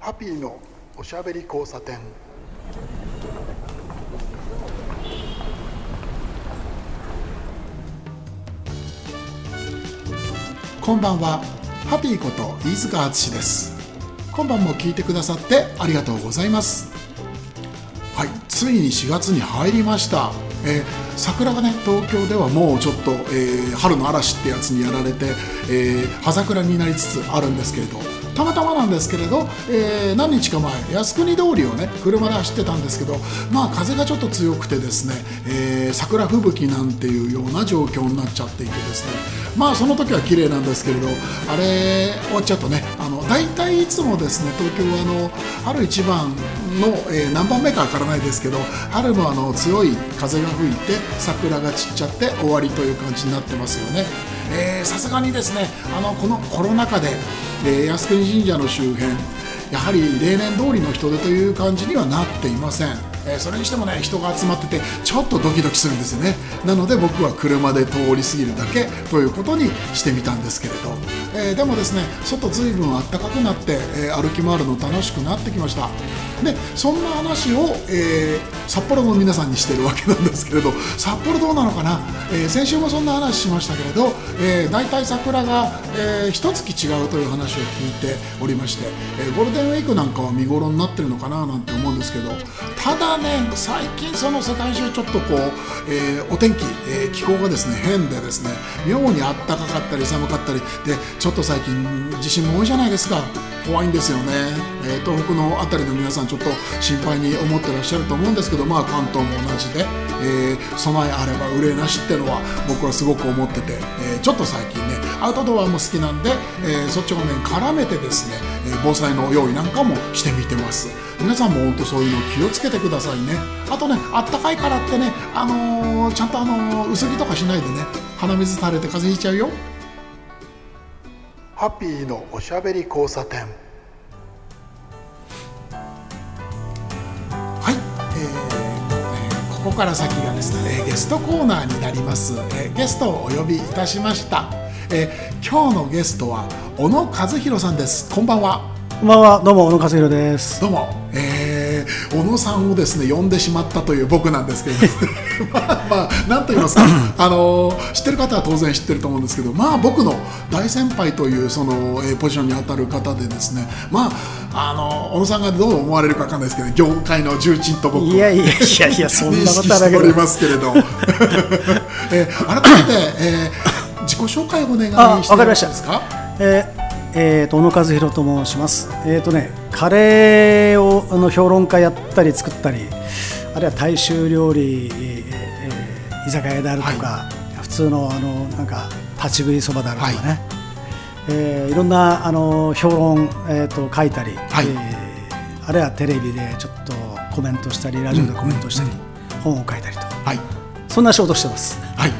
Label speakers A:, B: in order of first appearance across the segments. A: ハピーのおしゃべり交差点こんばんはハピーこと飯塚敦です今晩も聞いてくださってありがとうございますはいついに4月に入りました、えー桜がね東京ではもうちょっと、えー春の嵐ってやつにやられて、えー葉桜になりつつあるんですけれどたまたまなんですけれど、えー何日か前靖国通りをね車で走ってたんですけどまあ風がちょっと強くてですね、えー桜吹雪なんていうような状況になっちゃっていてですねまあその時は綺麗なんですけれどあれ終わっちゃうとねあの大体いつもですね東京はあの春一番の、えー何番目かわからないですけど春のあの強い風が吹いて桜が散っちゃって終わりという感じになってますよね。えーさすがにですねあのこのコロナ禍で、えー靖国神社の周辺やはり例年通りの人出という感じにはなっていません、えーそれにしてもね人が集まっててちょっとドキドキするんですよねなので僕は車で通り過ぎるだけということにしてみたんですけれど、えーでもですね外ずいぶん暖かくなって、えー歩き回るの楽しくなってきましたでそんな話を、えー札幌の皆さんにしてるわけなんですけれど札幌どうなのかな、えー先週もそんな話しましたけれど、えー、大体桜が、えー、一月違うという話を聞いておりまして、えーゴールデンウィークなんかは見頃になってるのかななんて思うんですけどただね最近その世界中ちょっとこう、えーお天気、えー気候がですね変でですね妙に暖かかったり寒かったりでちょっと最近地震も多いじゃないですか怖いんですよね、えー東北の辺りの皆さんちょっと心配に思ってらっしゃると思うんですけどまあ関東も同じで、えー備えあれば憂いなしってのは僕はすごく思ってて、えーちょっと最近ねアウトドアも好きなんで、えーそっち方面絡めてですね、えー防災の用意なんかもしてみてます皆さんも本当そういうの気をつけてくださいねあとねあったかいからってね、あのーちゃんと、あのー薄着とかしないでね鼻水垂れて風邪ひいちゃうよハッピーのおしゃべり交差点。はい、えーえーここから先がですね、えーゲストコーナーになります、えーゲストをお呼びいたしました、えー今日のゲストは小野和弘さんですこんばんは
B: こんばんは、どうも小野和弘です。
A: どうも、えー小野さんをですね呼んでしまったという僕なんですけれど、 まあまあなんと言いますか、あのー知ってる方は当然知ってると思うんですけど、まあ僕の大先輩というその、えーポジションに当たる方でですね、まああのー小野さんがどう思われるかわかんないですけど、業界の重鎮と僕
B: いやいやいやいや、 そん
A: 認
B: なこ
A: 識
B: とは
A: し
B: ない
A: て
B: け
A: おり
B: ど。
A: ますけれど、 えー改めて、えー自己紹介をお願いして
B: あ
A: もいい
B: わかりました
A: ですか。
B: えーえーと小野和弘と申します。えっ、とね、カレーをあの評論家やったり作ったり、あるいは大衆料理、えーえー居酒屋であるとか、普通のあのなんか立ち食いそばであるとかね、
A: はい
B: いえーいろんなあの評論えっ、と書いたり、
A: はい
B: えーあるいはテレビでちょっとコメントしたり、ラジオでコメントしたり、本を書いたりと。
A: はい。
B: そんな仕事してます。
A: はい、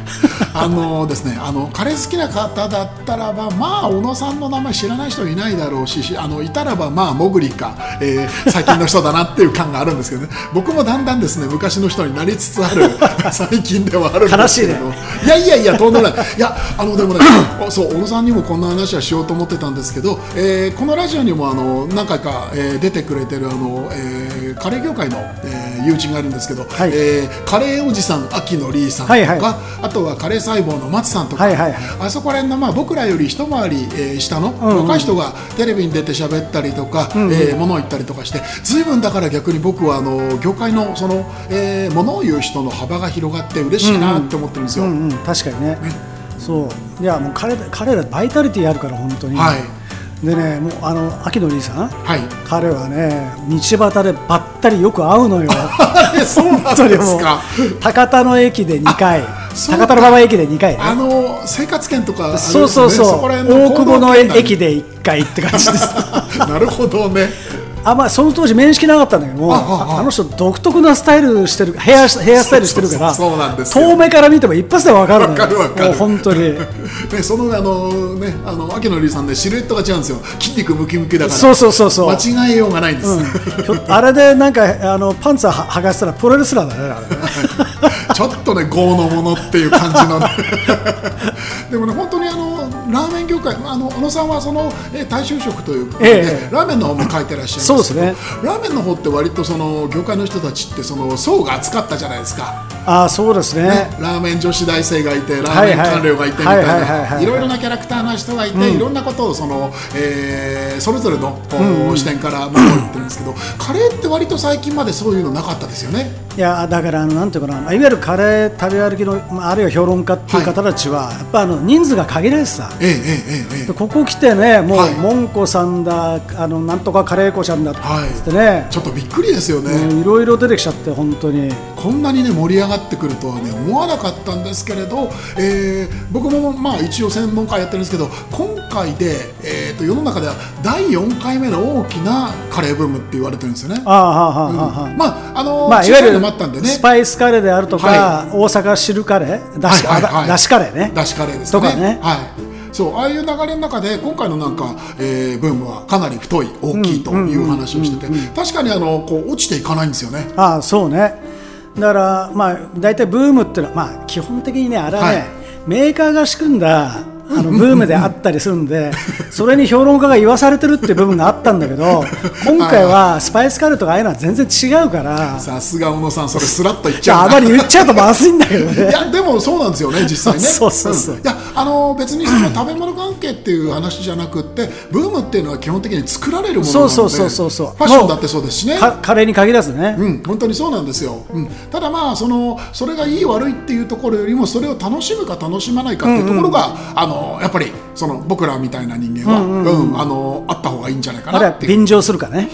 A: あのですね、あのカレー好きな方だったらば、まあ小野さんの名前知らない人いないだろうし、しあのいたらばまあモグリか、えー最近の人だなっていう感があるんですけどね。僕もだんだんですね、昔の人になりつつある 最近ではあるんですけれど、
B: 悲
A: いやいやいやとんでもない。いやあのでもね、 おそう小野さんにもこんな話はしようと思ってたんですけど、えーこのラジオにもあの何回か、えー出てくれてるあの、えーカレー業界の、えー友人がいるんですけど、
B: はい
A: えーカレーおじさん秋野リーさんとか。
B: はいはい
A: あとはカレー細胞の松さんとか、
B: はいはいはい
A: あそこら辺の、まあ、僕らより一回り、えー下の
B: んうん
A: 若い人がテレビに出て喋ったりとか、えー物を言ったりとかして随分だから逆に僕はあの業界のその、えー物を言う人の幅が広がって嬉しいなって思ってるんですよ。
B: うんうん、確かにね。そう、いや、もう彼ら、彼らバイタリティあるから、本当に。
A: はい
B: でね、もう、あの、秋野りさん。
A: はい
B: 彼はね、道端でばったりよく会うのよ。
A: え そうな
B: 本
A: ん
B: 当に
A: で
B: も
A: す
B: う
A: か。
B: 高田の駅で2回、
A: そうか
B: 高田馬場駅で2回、
A: あ
B: ね。
A: の生活圏とかあれです
B: そ
A: よね、
B: うそうそう、
A: こら
B: 大
A: 辺の
B: 久保の
A: 行動圏なん
B: 駅で1回って感じです。
A: なるほどね。
B: あまあ、その当時面識なかったんだけども
A: あああ
B: あの人独特なスタイルしてるヘアヘアスタイルしてるから
A: そうそうそうそうなんですよ
B: 遠目から見ても一発で分かるのよ
A: わかるわかる
B: もう本当に
A: ね、そのあのね、あの秋野りさんね、シルエットが違うんですよ。筋肉ムキムキだから。
B: そうそうそうそう
A: 間違えようがないんです。
B: うんひょあれでなんかあのパンツははがしたらプロレスラーだねあれね
A: ちょっとね、豪のものっていう感じのね、でもね本当にあのラーメン業界あの小野さんはそのえー大衆食というか、
B: ええ
A: ラーメンの方も書いてらっしゃるんですけど
B: そうですね
A: ラーメンの方って割とその業界の人たちってその層が厚かったじゃないですか。
B: ああそうですね
A: ラーメン女子大生がいてラー
B: はい
A: メ
B: は
A: ン
B: い
A: 官僚がいてみ
B: は
A: た
B: いはいはいいは
A: ないいろいろなキャラクターの人がいて、いろんなことをその、えーそれぞれのこう視点からまあこう言ってるんですけどカレーって割と最近までそういうのなかったですよね。
B: いやだからあのなんていうかなまあいわゆるカレー食べ歩きの、まあ、あるいは評論家っていう方たちは、やっぱあの人数が限られてさ
A: ええええええ
B: でここ来てねもう、
A: はい
B: もんこさんだあのなんとかカレー子ちゃんだっ
A: はい
B: つってね、
A: ちょっとびっくりですよね。
B: うんいろいろ出てきちゃって本当に
A: こんなにね盛り上がってくるとはね思わなかったんですけれど、えー僕もまあ一応専門家やってるんですけど今回で、えー、と世の中では第4回目の大きなカレーブームって言われてるんですよね。
B: ああはあはあはあはあ、
A: まああのー
B: まあ、いわゆ
A: 小さの
B: る
A: もあったんでね
B: スパイスカレーであるとか、
A: は
B: 大阪汁カレーだし,あ、
A: はいはいはい
B: だだしカレーね
A: だしカレーですかね
B: とかね
A: はい、そうああいう流れの中で今回のなんか、えーブームはかなり太い大きいという話をしてて確かにあのこう落ちていかないんですよね。
B: ああそうねだからまあ大体ブームっていうのは、まあ、基本的にねあれはね、
A: はい
B: メーカーが仕組んだあのブームであったりする んでそれに評論家が言わされてるっていう部分があったんだけ ど今回はスパイスカレーとかああいうのは全然違うから
A: さすが小野さんそれスラッと言っち
B: じゃ
A: ゃう
B: ああ
A: な
B: まり言っちゃうとまずいんだけど
A: い
B: ね
A: やでもそうなんですよね 実際ね
B: そうそうそうそうん
A: いやあの別にその食べ物関係っていう話じゃなくってブームっていうのは基本的に作られるものなので
B: そうそうそうそうそう
A: ファッションだって そうですしね
B: かカレーに限らずね、
A: うん、本当にそうなんですよ、うん、ただまあそのそれがいい悪いっていうところよりもそれを楽しむか楽しまないかっていうところが、あのやっぱりその僕らみたいな人間は、うんあのあった方がいいんじゃないか
B: あるい
A: なっ
B: は
A: ていう
B: 便乗するかね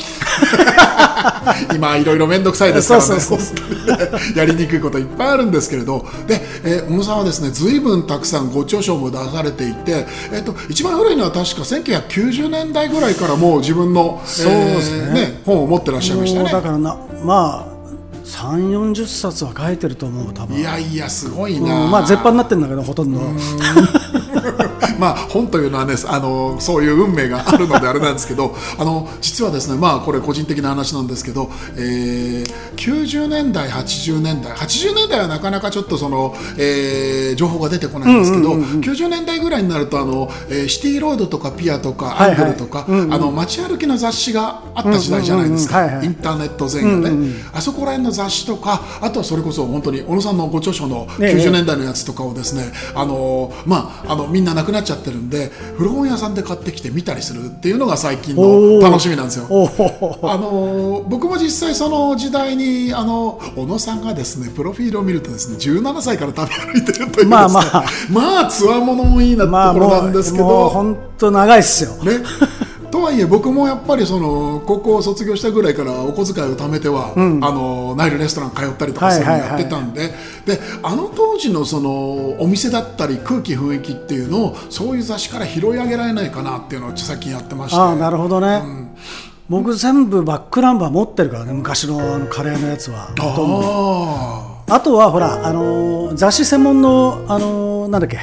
A: 今いろいろ面倒くさいですからね
B: そうそう
A: 本当に やりにくいこといっぱいあるんですけれどで、えー小野さんはですね随分たくさんご著書も出されていて、えっと一番古いのは確か1990年代ぐらいからもう自分の、
B: そうです
A: え
B: ね
A: ー本を持ってらっしゃいました
B: もうだ
A: ね。
B: からなまあ3 4 0冊は書いてると思う多分
A: いやいやすごいな、
B: うんまあ絶版になってるんだけどほとんど
A: まあ、本というのはねあのそういう運命があるのであれなんですけど あの実はですね、まあ、これ個人的な話なんですけど、えー90年代80年代80年代はなかなかちょっとその、えー情報が出てこないんですけど、90年代ぐらいになるとあの、えーシティロードとかピアとかア
B: はい
A: ング
B: はい
A: ルとか、あの街歩きの雑誌があった時代じゃないですか、
B: うんうんうんはいはい
A: インターネット前夜ね、あそこら辺の雑誌とかあとはそれこそ本当に小野さんのご著書の
B: ええ
A: 90年代のやつとかをですね、あのーまああのみんななくなっちゃってるんで古本屋さんで買ってきて見たりするっていうのが最近の
B: おー
A: 楽しみなんですよ。
B: おお
A: あのー僕も実際その時代にあの小野さんがですねプロフィールを見るとですね17歳から食べ歩いてるというです、ね、
B: まあまあ
A: まあつわものもいいな
B: まあ
A: ところな
B: も
A: ん
B: う
A: ですけど、
B: もう本当長いっすよ
A: ね、 とはいえ僕もやっぱりその高校を卒業したぐらいからお小遣いを貯めては、あのナイルレストラン通ったりとかそういうの
B: はいはい
A: や
B: は
A: っ
B: い
A: てたんで,、であの当時のそのお店だったり空気雰囲気っていうのをそういう雑誌から拾い上げられないかなっていうのを最近やってまして
B: ああなるほどね、僕全部バックナンバー持ってるからね昔のあのカレーのやつは
A: あ
B: あとはほらあのー雑誌専門のあのーなんだっけ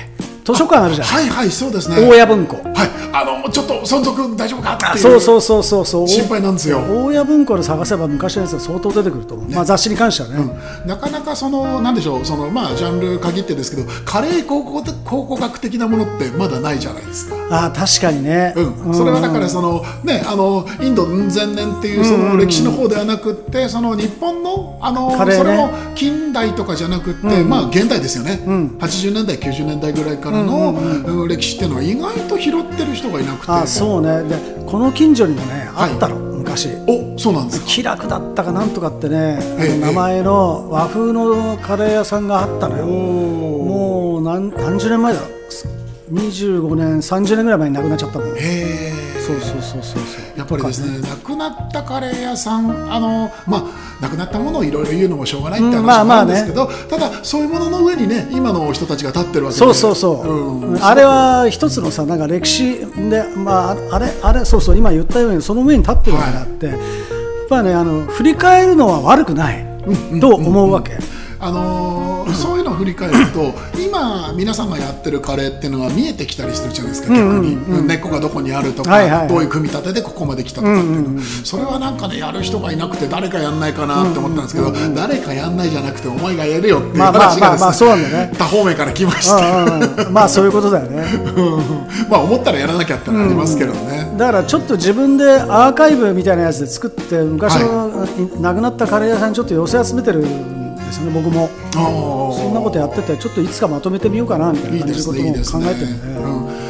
B: 図書館あるじ
A: ー
B: ゃん
A: はいはいそうですね
B: 大家文庫
A: はいあのちょっと存続大丈夫かっていう
B: そうそうそうそうそう
A: 心配なんですよ
B: 大家文庫で探せば昔のやつは相当出てくると思う、まあ雑誌に関してはね、
A: なかなかそのなんでしょうそのまあジャンル限ってですけどカレー考古考古学的なものってまだないじゃないですか。
B: ああ確かにね、
A: うん、それはだからその、ね、あのインド前年っていうその歴史の方ではなくって、その日本のあの、
B: カレ
A: そ
B: ーね
A: れも近代とかじゃなくって、まあ、現代ですよね、80年代90年代ぐらいからの、うん歴史っていうのは意外と拾ってる人がいなくて
B: ああそうねでこの近所にもね
A: はい
B: あったの、昔
A: おそうなんですか
B: 気楽だったかなんとかってね、
A: ええ
B: あの名前の和風のカレー屋さんがあったのよ、もう何何十年前だろ25年30年ぐらい前に亡くなっちゃったもん
A: へえ
B: そうそうそうそうそう
A: やっぱりですね、亡くなったカレー屋さん、あのまあ、亡くなったものをいろいろ言うのもしょうがないって
B: う
A: 話
B: んまあ
A: もあるん
B: ま
A: で
B: あね
A: すけど、ただ、そういうものの上にね、今の人たちが立ってるわけで、
B: そうそうそう、
A: うん
B: あれは一つのさなんか歴史で、まあ、あれあれそうそう今言ったようにその上に立ってるからって、やっぱねあの振り返るのは悪くない、と思うわけ、
A: あのーそういうのを振り返ると今皆さんがやってるカレーっていうのは見えてきたりするじゃないですか逆に、根っこがどこにあるとか、
B: はいはいはい
A: どういう組み立てでここまで来たとかっていうの、それはなんかねやる人がいなくて誰かやんないかなって思ったんですけど、誰かやんないじゃなくてお前がやるよっていう
B: まあまあ
A: 話
B: まあ
A: が
B: まあ
A: です
B: そう
A: ね
B: なんだよね。
A: 他方面から来まし
B: う
A: た。
B: んうんうんまあそういうことだよね。
A: まあ思ったらやらなきゃってのはありますけどね。
B: だからちょっと自分でアーカイブみたいなやつで作って昔の亡くなったカレー屋さんにちょっと寄せ集めてるんですよね僕も。
A: ああ
B: そんなことやっててちょっといつかまとめてみようかなみたい
A: い
B: ない感
A: で
B: じ
A: す
B: のこ
A: ね、い
B: と
A: い
B: も
A: ですね
B: 考えてるんで。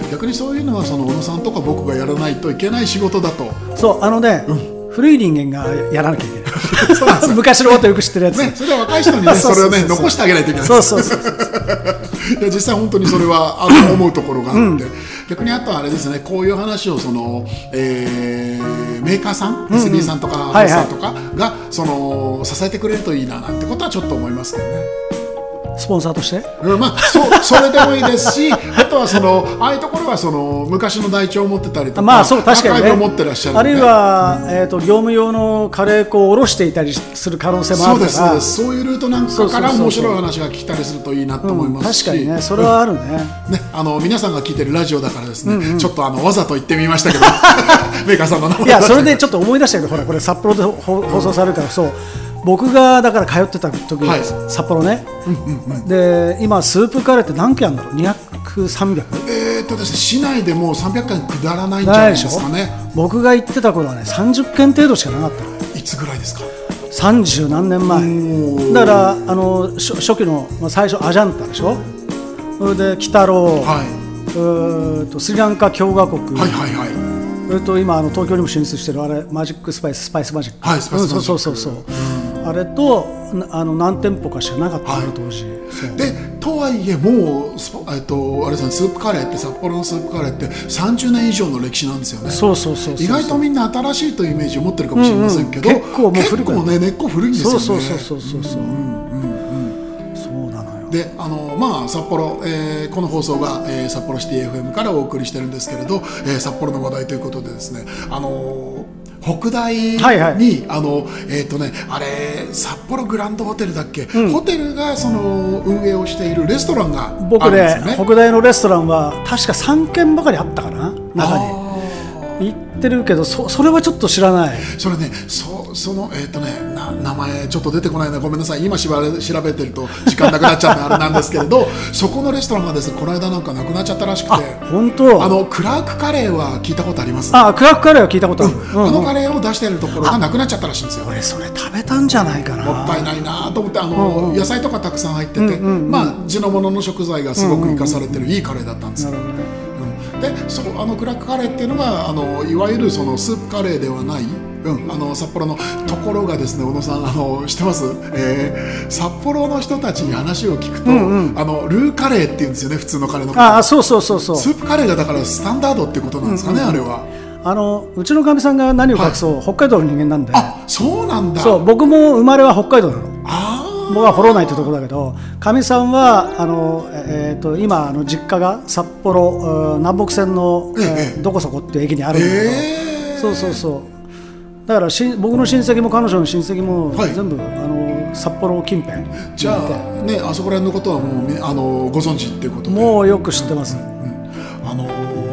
A: うん、逆にそういうのはその小野さんとか僕がやらないといけない仕事だと、
B: そうあのね、古い人間がやらなきゃいけない。
A: そうなんですよ
B: 昔のことよく知ってるやつ。
A: ね、それは若い 人にね、それをね、残してあげないといけない
B: そうそうそうそう。
A: いや実際本当にそれはあの思うところがあって、逆にあとはあれですねこういう話をその、えーメーカーさん、SB さんとか
B: はいはい
A: S さんとかが、その支えてくれるといいななんてことはちょっと思いますけどね。
B: スポンサーとして。
A: うんまあ、そ それでもいいですしあとはそのああいうところはその昔の台帳を持ってたりとか、
B: まあそう確かに
A: アーカイ
B: ね。
A: ブを持ってらっしゃる
B: あ
A: んで
B: るいはえっ、と業務用のカレー粉をおろしていたりする可能性もあ
A: そうで
B: るから。
A: すそうですそういうルートなんかから
B: そうそうそう
A: 面
B: そう
A: 白い話が聞きたりするといいなと思い
B: うん
A: ます
B: 確
A: し、
B: かにね、それはあるね。
A: ね、あの皆さんが聞いてるラジオだからですね、ちょっとあのわざと言ってみました けどメーカーさんの名前
B: いや、それでちょっと思い出したけど、ほら、これ、札幌で放放送されるから、そう、僕がだから通ってた時、
A: はい
B: 札幌ね、で今、スープカレーって何軒あるんだろう、200、300?
A: えーっとですね市内でもう300回くだらないんじゃないですかね
B: 僕が行ってた頃はね、30軒程度しかなかったの、
A: いつぐらいですか
B: 30何年前、だからあの初初期の、まあ、最初、アジャンタでしょ、それで、鬼太郎、
A: は
B: うーんとスリランカ共和国、
A: いはいはいはい
B: それと今あの東京にも進出してるあれマジックスパイススパイスマジック
A: はいスパイスマジック
B: うんそうそうそうそう、あれとなあの何店舗かしかなかったの、
A: はい
B: 当時そう
A: でとはいえもうスポえっとあれですねスープカレーって札幌のスープカレーって30年以上の歴史なんですよね
B: そうそうそうそう
A: 意外とみんな新しいというイメージを持ってるかもしれませんけど、
B: うんうん結構もう古く
A: 結構ね根っこ古いんですよ
B: そ
A: ね
B: うそうそうそうそうそうそうなのよ
A: であのまあ、札幌、えーこの放送が、えー札幌シティ FM からお送りしてるんですけれど、えー札幌の話題ということでですね、あのー北大に、
B: はいはい
A: あのえーとね、あれ札幌グランドホテルだっけ、ホテルがその運営をしているレストランがあ
B: 僕
A: るんで
B: ね
A: すよね。
B: 北大のレストランは確か3軒ばかりあったかな中に行ってるけどそそれはちょっと知らない
A: それね、そそのえっ、とねな名前ちょっと出てこないなごめんなさい今しばら調べてると時間なくなっちゃってあれなんですけれど そこのレストランがですねこの間なんかなくなっちゃったらしくて
B: 本当
A: あのクラークカレーは聞いたことあります
B: あクラークカレーは聞いたことある、うん
A: あのカレーを出してるところがなくなっちゃったらしいんですよ。もっ
B: 俺それ食べたんじゃないかな
A: たいないなと思ってあの、野菜とかたくさん入ってて、まあ地のものの食材がすごく生かされてるいいカレーだったんですよ。
B: なるほどね
A: うんでそのあのクラックカレーっていうのがあのいわゆるそのスープカレーではない、うん、あの札幌のところがですね小野さんあの知ってます、えー札幌の人たちに話を聞くと、あのルーカレーっていうんですよね普通のカレーのこと
B: ああそうそうそうそう
A: スープカレーがだからスタンダードってことなんですかね、あれは。
B: あのうちのかみさんが何を隠そう、北海道の人間なんで
A: あそうなんだ
B: そう僕も生まれは北海道なの
A: あー
B: 僕は幌内ってところだけどかみさんはあの、えー、と今あの実家が札幌うん南北線の、え
A: え
B: ーどこそこっていう駅にあるんだけど、
A: えー、
B: そうそうそうだからし僕の親戚も彼女の親戚も、
A: はい
B: 全部あの札幌近辺
A: じゃあねあそこら辺のことはもうみあのご存知っていうことで
B: もうよく知ってます、
A: あの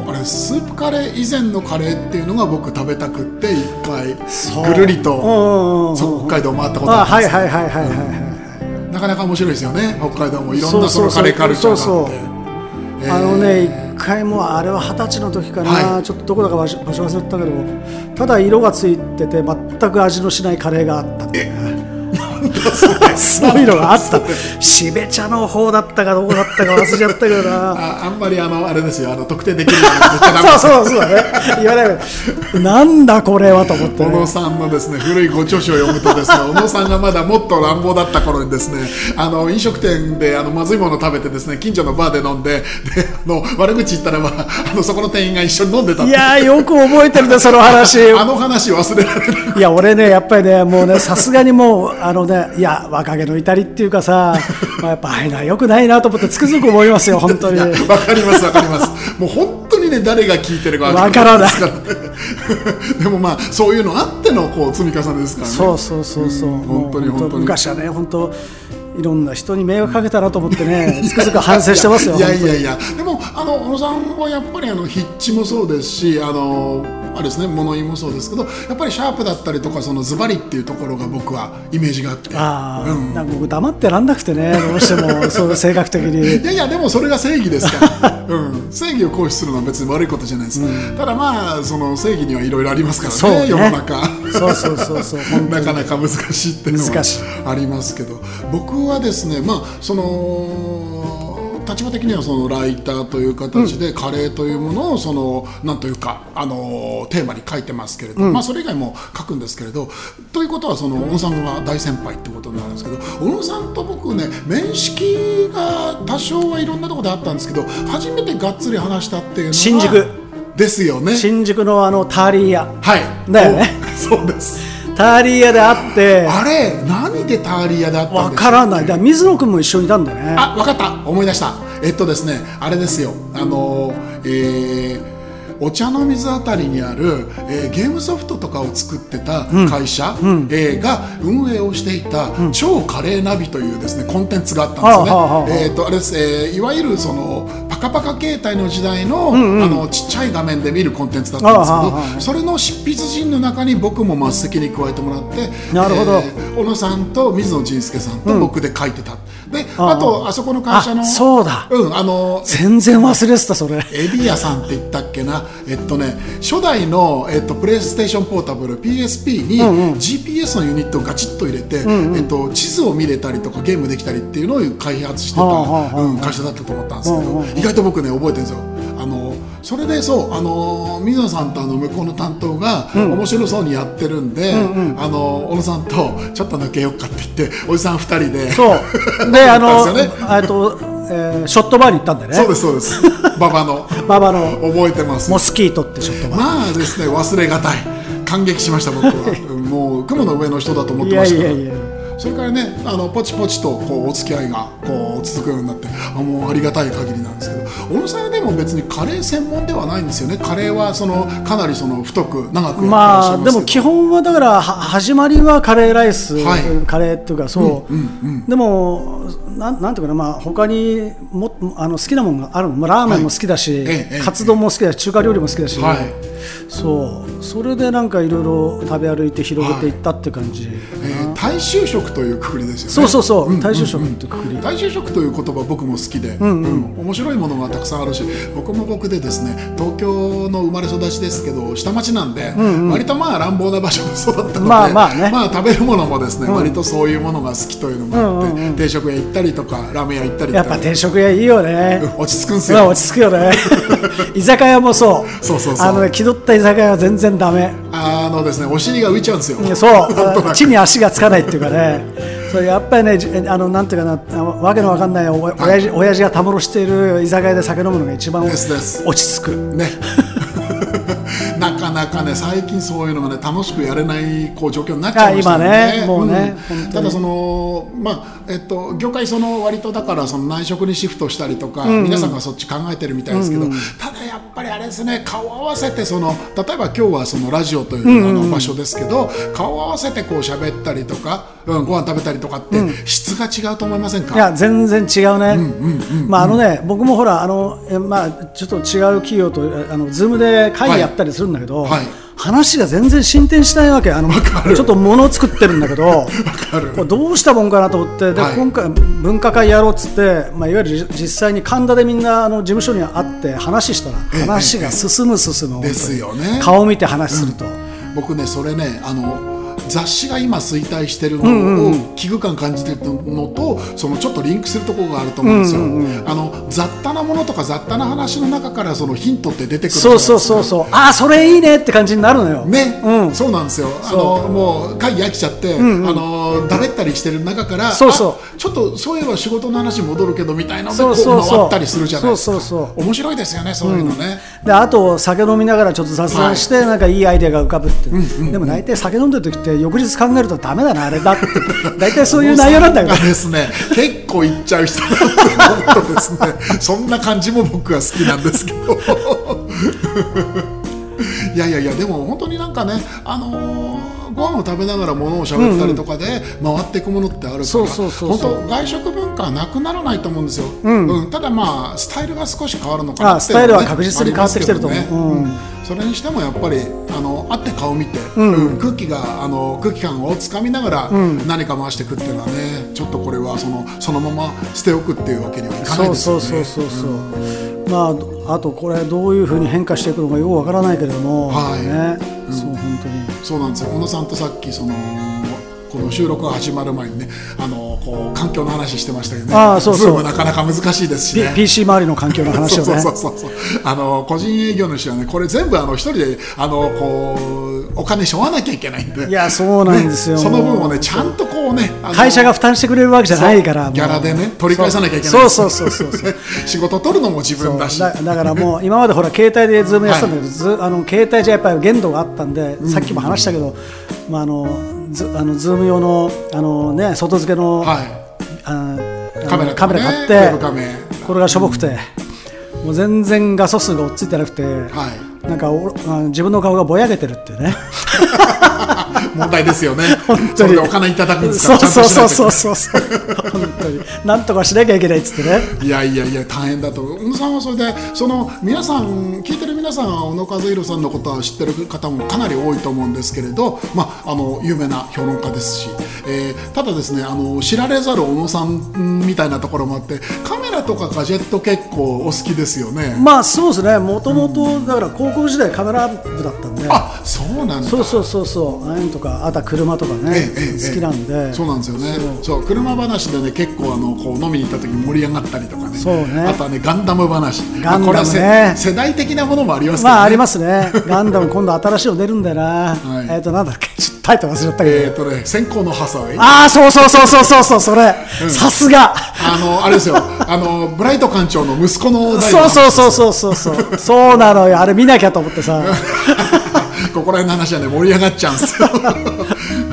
A: あれスープカレー以前のカレーっていうのが僕食べたくって一回
B: そう
A: ぐるり
B: うんうんうんう
A: と
B: ん
A: そう北海道回ったこと
B: あ
A: あるんで
B: は
A: す
B: い
A: けど
B: はいはいはいはいはい、
A: なかなか面白いですよね北海道もいろん
B: そ
A: な
B: う
A: そ
B: そう
A: の
B: そ
A: カ
B: う
A: レーカルチャーがあっ
B: そうそ
A: て。
B: あのね、一回もうあれは二十歳の時かな、
A: はい
B: ちょっとどこだか場所場所忘れたけどただ色がついてて全く味のしないカレーがあったって そういうのがあった標茶の方だったかどこだったか忘れちゃったけど な
A: ああんまりあのあれですよあの特定できるようなこと言っちゃダメ
B: そうそうそうだね言わないけどなんだこれはと思っ て
A: 小
B: ね、
A: 野さんのですね古いご著書を読むとです ね小野さんがまだもっと乱暴だった頃にですねあの飲食店であのまずいものを食べてですね近所のバーで飲んでであの悪口言ったらばあのそこの店員が一緒に飲んでたっ
B: い
A: て
B: やーよく覚えてるねその話
A: あの話忘れら れない
B: いや俺ねやっぱりねもうねさすがにもうあのねいや若気の至りっていうか さまあやっぱああいうのは良くないなと思ってつくづく思いますよ本当に
A: いやわかりますわかりますもう本当にね誰が聞いてるかわですからね でもまあそういうのあってのこう積み重ねですからね
B: そうそうそうそう、も
A: 本
B: う
A: 当に本当に
B: 昔はね本当いろんな人に迷惑かけたなと思って ね、つくづく反省してますよ。
A: いやいやいや、でも、あの、小野さんはやっぱり、あの、筆致もそうですし、あの。あれですね、物言いもそうですけど、やっぱりシャープだったりとか、そのズバリっていうところが、僕はイメージがあって。
B: ああ、なんか僕黙ってらんなくてね、どうして も、そう、性格的に
A: い。やいやでもそれが正義です から、うん、正義を行使するのは別に悪いことじゃないです、ただまあその正義にはいろいろありますからね
B: そうね
A: 世の 中
B: そうそうそうそう、本当
A: な
B: に。
A: かなか難しいっていうの
B: 難しい
A: はありますけど僕はですねまあその立場的にはそのライターという形でカレーというものをそのなんというかあのテーマに書いてますけれど、まあそれ以外も書くんですけれどということはその小野さんが大先輩ってことなんですけど小野さんと僕ね面識が多少はいろんなところであったんですけど初めてがっつり話したっていうのは
B: 新宿
A: ですよね
B: 新宿のあのターリー屋。
A: はい
B: だよね
A: お そうです
B: ターリー屋で会って、
A: あれ何でターリアだったん
B: わ
A: です
B: からない。だから水野君も一緒にいたんだよね。
A: あわかった思い出したえっとですねあれですよあのえーお茶の水あたりにある、えーゲームソフトとかを作ってた会社、えーが運営をしていた、超カレーナビというですねコンテンツがあったんですよね。
B: はあはあはあ
A: えーとあれですえーいわゆるそのパカパカ携帯の時代の,、あのちっちゃい画面で見るコンテンツだったんですけど、
B: ああはあはあ
A: それの執筆陣の中に僕も末席に加えてもらって
B: なるほど
A: えー小野さんと水野仁介さんと僕で書いてた、であとあそこの会社の
B: あそうだ
A: うんあの
B: 全然忘れてた、それ。
A: エビ屋さんって言ったっけな、えっとね、初代の、えっと、プレイステーションポータブル PSP に GPS のユニットをガチッと入れて、えっと、地図を見れたりとかゲームできたりっていうのを開発してた、
B: はあはあはあ
A: うん、会社だったと思ったんですけど、意外と僕ね覚えてるんですよ。あのそれでそうあの水野さんとあの向こうの担当が面白そうにやってるんで、あの小野さんとちょっと抜けようかって言っておじさん2人で
B: そう。
A: 飲ん
B: で、
A: だ
B: あ
A: ん
B: の、
A: ですよね
B: えっと、えーショットバーに行ったんだよね。
A: そうですそうです馬場の
B: 馬場の
A: 覚えてます
B: モスキートってショットバー。
A: まあですね忘れがたい感激しました僕 はもう雲の上の人だと思ってましたから
B: いやいやい
A: それからねあのポチポチとこうお付き合いがこう続くようになってあもうありがたい限りなんですけど小野さんはでも別にカレー専門ではないんですよねカレーはそのかなりその太く長くやってらっし
B: ま
A: ゃい
B: あ
A: ま
B: ですも
A: け
B: 基
A: ど、
B: 本はだからは始まりはカレーライス、
A: はい
B: カレーっていうかそう、でもなんなんていうかなまあ他にもあの好きなものがあるのまあラーメンも好きだし、
A: はいええええ
B: カツ丼も好きだし中華料理も好きだし、
A: はい
B: そうそれでなんかいろいろ食べ歩いて広げていったって感じ、
A: えー大衆食というくくりですよね
B: そうそうそう、大衆食ってくくり、
A: 大衆食という言葉僕も好きで、うん面白いものがたくさんあるし僕も僕でですね東京の生まれ育ちですけど下町なんで、割とまあ乱暴な場所で育ったので、
B: まあまあね
A: 食べるものもですね、割とそういうものが好きというのもあって、定食屋行ったりとかラーメン屋行ったりと
B: や
A: か
B: っぱ定食屋いいよね、
A: うん落ち着くんす
B: まあ
A: よ。
B: 落ち着くよ ね居酒屋もそう
A: そうそうそう
B: あのね気取った居酒屋は全然ダメ
A: あのですねお尻が浮いちゃうんですよ。
B: そう
A: なんとな
B: あ
A: く
B: 地に足がつかないっていうかね、そうやっぱりね、じあのなんていうかな、あわけのわかんないおや親父親父がたむろしている居酒屋で酒飲むのが一番落
A: ですです
B: ち着く。
A: ね なかなかね最近そういうのがね楽しくやれないこう状況になっちゃいましたよ
B: あ今ねもうね
A: うん
B: 本当に
A: ただそのまあえっと業界その割とだからその内職にシフトしたりとか、皆さんがそっち考えてるみたいですけど、ただやっぱりあれですね顔を合わせてその例えば今日はそのラジオという、あの場所ですけど顔を合わせてこう喋ったりとか、うん、ご飯食べたりとかって質が違うと思いませんか、
B: いや全然違うね、まああのね僕もほらあのえまあちょっと違う企業とえあのズームで会議やったりするんだけど、
A: はいはい
B: 話が全然進展しないわけあの
A: かる
B: ちょっと物を作ってるん だけど
A: かる
B: これどうしたもんかなと思ってで、
A: はい
B: 今回分科会やろうっつって、まあ、いわゆるじ実際に神田でみんなあの事務所に会って話したら
A: ええ
B: 話が進む進む、
A: ですよね
B: 顔見て話すると、
A: 僕ねそれねあの雑誌が今衰退してるのを危惧感感じてるのとそのちょっとリンクするところがあると思うんですよ、あの雑多なものとか雑多な話の中からそのヒントって出てくる
B: そうそうそうそうああそれいいねって感じになるのよ、
A: ね、
B: うん
A: そうなんですよあのもう会議飽きちゃって、あのだれったりしてる中から
B: そうそう
A: あちょっとそういえば仕事の話戻るけどみたいなので
B: そうそう
A: こ
B: そう
A: う回ったりするじゃないですか
B: そうそうそ
A: 面白いですよねそういうのね、
B: であと酒飲みながらちょっと雑談して、なんかいいアイデアが浮かぶって、でも大体酒飲んでる時って翌日考えるとダメだなあれだって 大体そういう内容なんだよ
A: が
B: ね
A: ですね、結構いっちゃう人だと思うとですね、そんな感じも僕は好きなんですけど。 いやいやいやでも本当になんかねあのーご飯を食べながらものを喋ったりとかで回っていくものってあるから、
B: そうそうそう
A: 本
B: そう
A: 当外食文化はなくならないと思うんですよ、
B: ん
A: うんただまあスタイルが少し変わるのかな
B: あ
A: っていうの
B: スタイルは確実に変わってきてると思う
A: ありますけどねうんそれにしてもやっぱりあの会って顔見て、うん空気があの空気感をつかみながら何か回していくっていうのはねちょっとこれはそのそのまま捨ておくっていうわけにはいかない
B: そう
A: です
B: そ
A: よ
B: う
A: ね
B: そうそうそう、まああとこれどういうふうに変化していくのかよくわからないけれども、
A: はい
B: ね、そう本当に
A: そうなんですよ小野さんとさっきそのこの収録が始まる前にねあのこう環境の話してましたけどね
B: ああそうそう
A: ズームなかなか難しいですし
B: P
A: ね。
B: PC 周りの環境の話をね
A: そうそうそうそうあの個人営業の人はねこれ全部あの一人であのこうお金しょわなきゃいけないんで
B: いやそうなんですよ
A: ねその分を
B: も
A: ね
B: う
A: ちゃんとこうねあの
B: 会社が負担してくれるわけじゃないから
A: ギャラでね取り返さなきゃいけない
B: そうそうそうそうそう
A: 仕事取るのも自分だし
B: だだからも う今までほら携帯でズームやってたんだけど、ずあの携帯じゃやっぱり限度があったんで、さっきも話したけど、まあ、あのずあのズーム用のあの、ね、外付けの,、
A: は
B: あ
A: い
B: の
A: カメラとかね
B: カメラ買っ
A: ウ
B: て
A: ェブカメ
B: これがしょぼくて、もう全然画素数が追っついてなくて、
A: い
B: なんかおあの自分の顔がぼやけてるっ ていうね
A: 問題ですよね
B: 本
A: そ
B: 当
A: れ
B: に
A: でお金いただくんです
B: そ
A: か
B: うそうそう
A: う
B: そうそうそう本当になんとかしなきゃいけないっつってね
A: いやいやいや大変だと小野さんはそれでその皆さん聞いてる皆さんは小野和弘さんのことは知ってる方もかなり多いと思うんですけれど、まあ、あの有名な評論家ですし、えーただですねあの知られざる小野さんみたいなところもあってカメラとかガジェット結構お好きですよね。
B: まあそうですねもともとだから高校時代カメラ部だったんで
A: あそうなんだ
B: そうそうそうそうああいうのとかあとは車とかね、
A: ええええ
B: 好きなんで、
A: そうなんですよねそう車話でね結構あのこう飲みに行った時に盛り上がったりとかね
B: そうね
A: あとはねガンダム話
B: ガンダムね
A: これはせ世代的なものもありますけど、ね、
B: まあありますねガンダム今度新しいの出るんだよな、
A: い
B: えっ、となんだっけちょっとタイトル忘れちゃったけど、
A: えーとね先行のハサウェイあ
B: ああそうそうそうそうそうそうそれ、さすが
A: のあれですよあのブライト館長の息子の代
B: そう
A: 表
B: そうそうそうそうそうそうなのよあれ見なきゃと思ってさ
A: ここら辺の話はね盛り上がっちゃうんですよ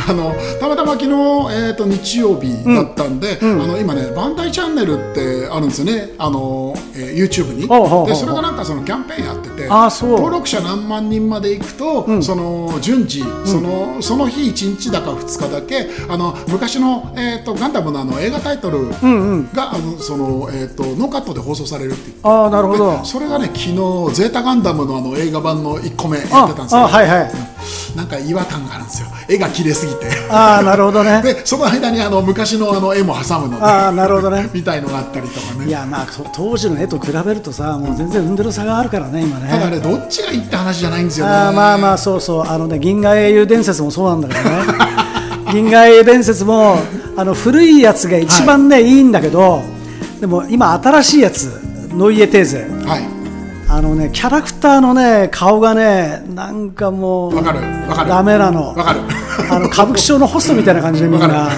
A: あのたまたま昨日、えー、と日曜日だったんで、あの今ねバンダイチャンネルってあるんですよねあの、えー YouTube に
B: おうおうおうおう
A: でそれがなんかそのキャンペーンやってて
B: あそう
A: 登録者何万人まで行くと、その順次その,、その日1日だか2日だけあの昔の、えー、とガンダムのあの映画タイトルが、あのそのえー、とノーカットで放送されるっていう
B: ああなるほど
A: でそれがね昨日ゼータガンダムのあの映画版の1個目やってたん
B: あ
A: ですよ
B: あはいはい
A: なんか違和感があるんですよ絵が綺麗すぎて
B: ああなるほどね
A: でその間にあの昔のあの絵も挟むので
B: ああなるほどね
A: みたいのがあったりとか
B: い
A: ね
B: やまあと当時の絵と比べるとさもう全然うんでる差があるからね今ね
A: ただあれどっちがいいって話じゃないんですよね
B: あーまあまあそうそうあのね銀河英雄伝説もそうなんだけ どね銀河英雄伝説もあの古いやつが一番ね、い、いんだけどでも今新しいやつノイエテーゼ
A: はい
B: あのねキャラクターのね顔がねなんかもう
A: わかるわかる
B: ダメなの
A: わかる
B: あの歌舞伎町のホストみたいな感じでみん
A: わ
B: な
A: か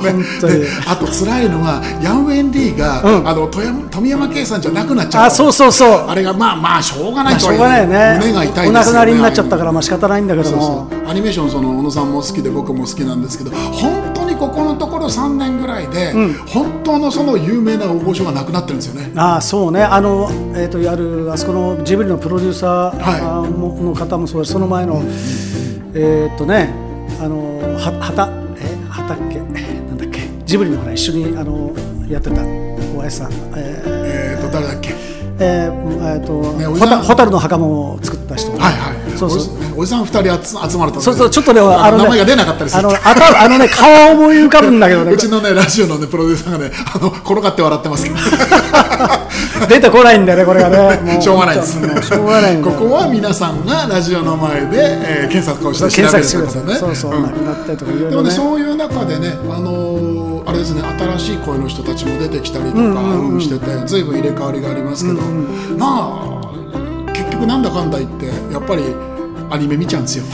B: 本当に
A: であと辛いのはヤン・ウェン・リーが、
B: うん
A: あの富山富山圭さんじゃなくなっちゃう
B: あそうそうそう
A: あれがまあまあしょうがない
B: まあし
A: と
B: ょ
A: は言
B: うが
A: え
B: ないよね
A: 胸が痛いですよね
B: お亡くなりになっちゃったからまあ仕方ないんだけど
A: そう
B: も
A: そうアニメーションその小野さんも好きで僕も好きなんですけど本当にここのところ3年ぐらいで、本当のその有名な大御所がなくなってるんですよね。
B: ああそうねあの、えー、とやるあそこのジブリのプロデューサー、
A: はい
B: あもの方もそうですその前の、えっ、とねあのははたえはたっけなんだっけジブリのほら一緒にあのやってたおやじさんえ
A: え
B: ー
A: ー、と誰だっけ
B: えーえーと
A: ねお
B: ホ
A: じさ
B: タ
A: ん
B: ホタルの袴を作った人、
A: はいはい
B: そうそ
A: お
B: う
A: じおじさん2人集集まると
B: そうそうちょっとね
A: あの
B: ね
A: 名前が出なかったりす
B: あ
A: る
B: のあたあのね顔は思い浮かぶんだけどね
A: うちのねラジオのねプロデューサーがねあの転がって笑ってますけど
B: 出てこないんだよねこれがね も
A: しょうがないです
B: もうしょうがないんだ
A: こ
B: よ
A: こは皆さんがラジオの前で、えー検索をして調べ
B: 検索
A: る
B: して
A: とい
B: く
A: うこと
B: ださい、
A: ね
B: そうそう、
A: ん
B: なくなったりとかいろい
A: で
B: ろ
A: もね、
B: ね
A: そういう中でね、あのーあれですね、新しい声の人たちも出てきたりとか、うんしてて、ずいぶん入れ替わりがありますけど、まあ、結局なんだかんだ言って、やっぱりアニメ見ちゃうんですよ。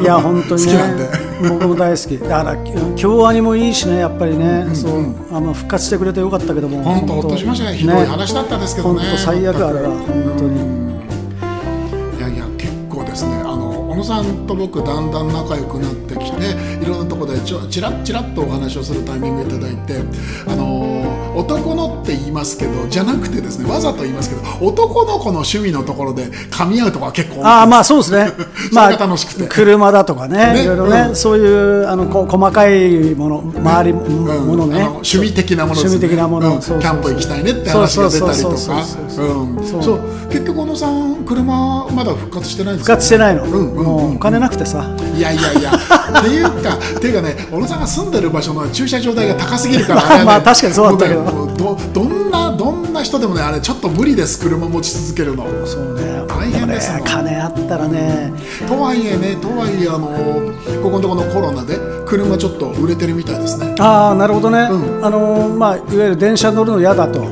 B: いや本当 に
A: 好きなんで
B: ね僕も大好きだからき京アニもいいしねやっぱりね、そうあの復活してくれてよかったけども
A: 本当、ほっとしましたね、ひどい話だったですけどね。
B: 本当最悪あれは
A: 全く
B: 本当に
A: いやいや、結構ですね、あの、小野さんと僕だんだん仲良くなってきていろんなとこでちょちらっちらっとお話をするタイミングいただいてあのー男のって言いますけどじゃなくてですねわざと言いますけど男の子の趣味のところで噛み合うとか結構多い
B: ああまあそうですね
A: それが楽しくて
B: まあ、車だとかね
A: ね
B: いろいろね、
A: うん
B: そういうあのこ細かいもの周りものね、
A: あの趣味的なものですね
B: 趣味的なもの
A: うんキ
B: そうそうそう
A: ャンプ行きたいねって話が出たりと
B: そ
A: か
B: うそうそうそう
A: うん
B: そう
A: そう結局小野さん車まだ復活してないんです
B: 復活してないの、
A: うんうんうん
B: もうお金なくてさ
A: いやいやいやっていうかっていうかね小野さんが住んでる場所の駐車場代が高すぎるから
B: まあ
A: れはね
B: まあ確かにそうだったけど
A: もうねもうどどんなどんな人でもねあれちょっと無理です車持ち続けるの
B: そうね
A: 大変ですもん
B: もね金あったらね、
A: とはいえねとはいえあのここのところのコロナで車ちょっと売れてるみたいですね
B: ああなるほどね、
A: う
B: あのまあいわゆる電車乗るの嫌だと、
A: はい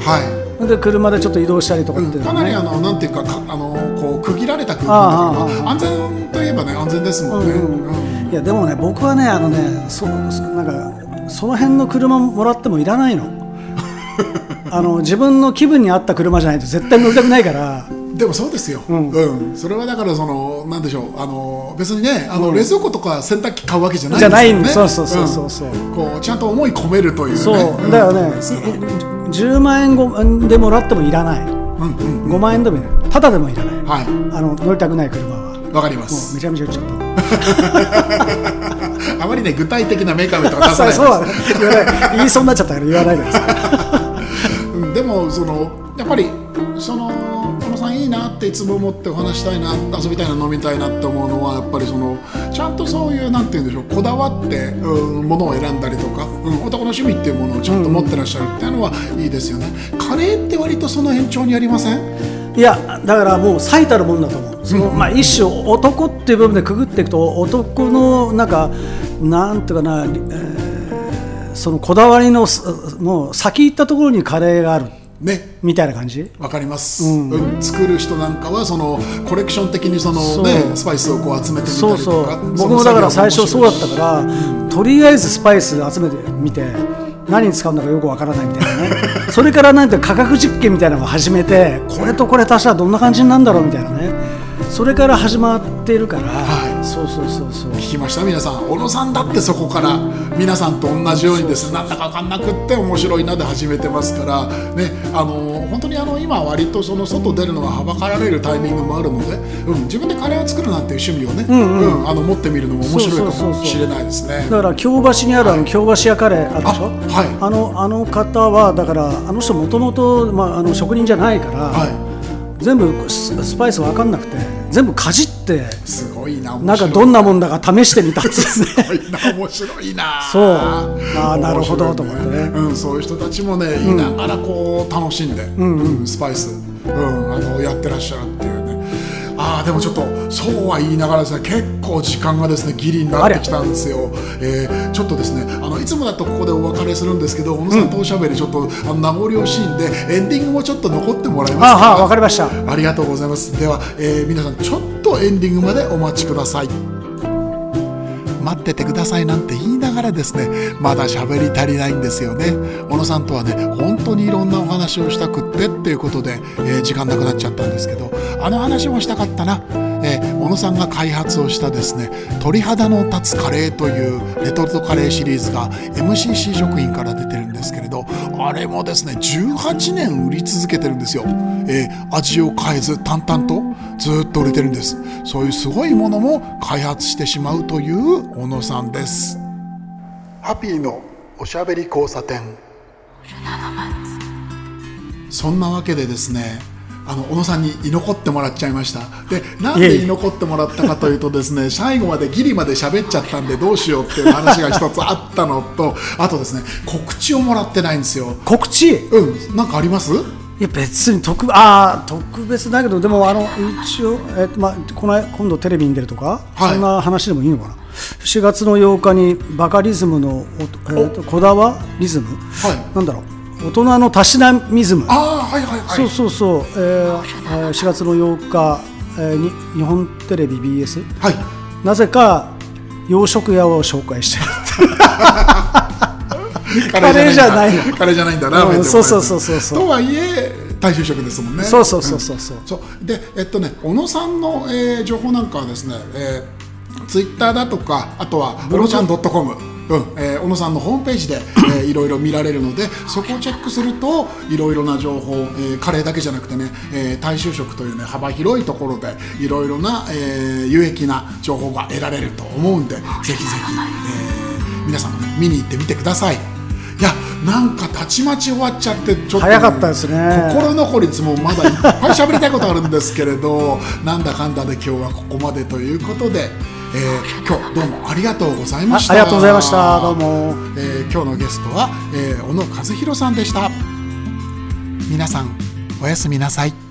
B: で車でちょっと移動したりとかっていう
A: か
B: のは
A: な
B: ね、
A: りあのなんていうかかあのこう区切られた空間だからまあ安全といえばね安全ですもんね。うん
B: いやでもね僕はねあのねそうそうなんかその辺の車もらってもい らないのあの自分の気分に合った車じゃないと絶対乗りたくないから
A: でもそうですよ、うん
B: ん
A: それはだからそのなんでしょうあの別にねあの、冷蔵庫とか洗濯機買うわけじゃない
B: じゃないん
A: で
B: ですす
A: よね
B: そうそうそうそうそう
A: うんこうちゃんと思い込めるというね
B: そうだよね10万円ごでもらってもいらない
A: うんうん
B: 5万円でもいらないただでもいらない
A: は
B: あの乗りたくない車はも
A: いわかります
B: うめちゃめちゃ売っちゃった
A: あまりね具体的なメーカー名とか出さ
B: そ
A: な
B: う
A: い
B: そうだね言わない言いそうになっちゃったから言わないです
A: うんでもそのやっぱりその小野さんいいなっていつも思ってお話したいな遊びたいな飲みたいなって思うのはやっぱりそのちゃんとそういうなんて言うんでしょうこだわって、うん、ものを選んだりとか、うん、男の趣味っていうものをちゃんと持ってらっしゃるっていうのはいいですよね、カレーって割とその延長にありません
B: いやだからもう最たるもんだと思うその、まあ、一種男っていう部分でくぐっていくと男のなんかなんていうかな、えーそのこだわりのすもう先行ったところにカレーがある
A: ね
B: みたいな感じ
A: わかります、うん作る人なんかはそのコレクション的にその
B: そう
A: ねスパイスをこう集めてみたりと
B: そ
A: か
B: うそう
A: そ
B: 僕
A: の
B: もだから
A: 作業
B: 最
A: も面白い
B: 初
A: し
B: そうだったからとりあえずスパイス集めてみて何に使うんだかよくわからないみた いなねそれからなんて価格実験みたいなのを始めてこれとこれ足したらどんな感じになるんだろうみたいなねそれから始まっているから、
A: はい
B: そうそうそうそう
A: 聞きました皆さん小野さんだってそこから皆さんと同じようにですねなんだか分かんなくって面白いなで始めてますからねあの本当にあの今割とその外出るのははばかられるタイミングもあるので、うん、自分でカレーを作るなんていう趣味をね、うんあの持ってみるのも面白いか
B: そうそうそうそ
A: も
B: う
A: しれないですね。
B: だから京橋にあるあの京橋屋カレーあるでしょ、
A: あはい
B: あのあの方はだからあの人もともとまああの職人じゃないから、
A: は
B: 全部ススパイス分かんなくて全部かじって
A: い、すごいな
B: なんかどんなもんだか試してみたっ てですね
A: 面白いな面白いな
B: そうあーなるほど
A: 面白い
B: と思ってね
A: うん、そういう人たちもね、いながらこう楽しんで、うんスパイス、うん、あのやってらっしゃるっていうねあーでもちょっとそうは言いながらですね結構時間がですねギリになってきたんですよ、えーちょっとですねあのいつもだとここでお別れするんですけど小野さんとおしゃべりちょっとあの名残惜しいんでエンディングもちょっと残ってもらえます
B: ああ分かりました
A: ありがとうございます。では、えー皆さんちょっとエンディングまでお待ちください。待っててくださいなんて言いながらですねまだ喋り足りないんですよね小野さんとはね本当にいろんなお話をしたくってっていうことで、えー時間なくなっちゃったんですけどあの話もしたかったな、えー小野さんが開発をしたですね鳥肌の立つカレーというレトルトカレーシリーズが MCC 食品から出てるんですけれどあれもですね18年売り続けてるんですよ、えー味を変えず淡々とずっと売れてるんですそういうすごいものも開発してしまうという小野さんですハピーのおしゃべり交差点そんなわけでですねあの小野さんに居残ってもらっちゃいましたでなん
B: いえ
A: で
B: いえ
A: 居残ってもらったかというとですね最後までギリまで喋っちゃったんでどうしようっていう話が一つあったのとあとですね告知をもらってないんですよ
B: 告知い
A: うんなんかあります
B: や別に特ああ特別だけどでもあの一応、えっとまあ、この今度テレビに出るとか、
A: はい
B: そんな話でもいいのかな4月の8日にバカリズムのお、えっとこだわリズム、
A: い
B: なんだろう大人のたしなみズム
A: ああはいはいはい
B: そうそうそう、えーえー4月の8日、えーに日本テレビ BS
A: はい
B: なぜか洋食屋を紹介してる
A: カレーじゃないんだ
B: カレーじゃな
A: カレーじゃな
B: いの
A: いんだな
B: うんそうそうそうそう
A: とはいえ大衆食ですもんね
B: そうそうそうそうそう
A: そうでえっとね小野さんの、えー情報なんかはですね、えー、ツイッターだとかあとはブロちゃん .com うんえー小野さんのホームページで、えー いろいろ見られるのでそこをチェックするといろいろな情報、えーカレーだけじゃなくてね、えー大衆食という、ね、幅広いところでいろいろな、えー有益な情報が得られると思うんでぜひぜひ、えー皆さんも、ね、見に行ってみてください。いやなんかたちまち終わっちゃってちょっとね
B: 早かったですね
A: 心残りですもうまだいっぱい喋りたいことあるんですけれ どなんだかんだで今日はここまでということで、えー今日どうもありがとうございました
B: あありがとうございましたどうも、
A: えー今日のゲストは、えー小野和弘さんでした皆さんおやすみなさい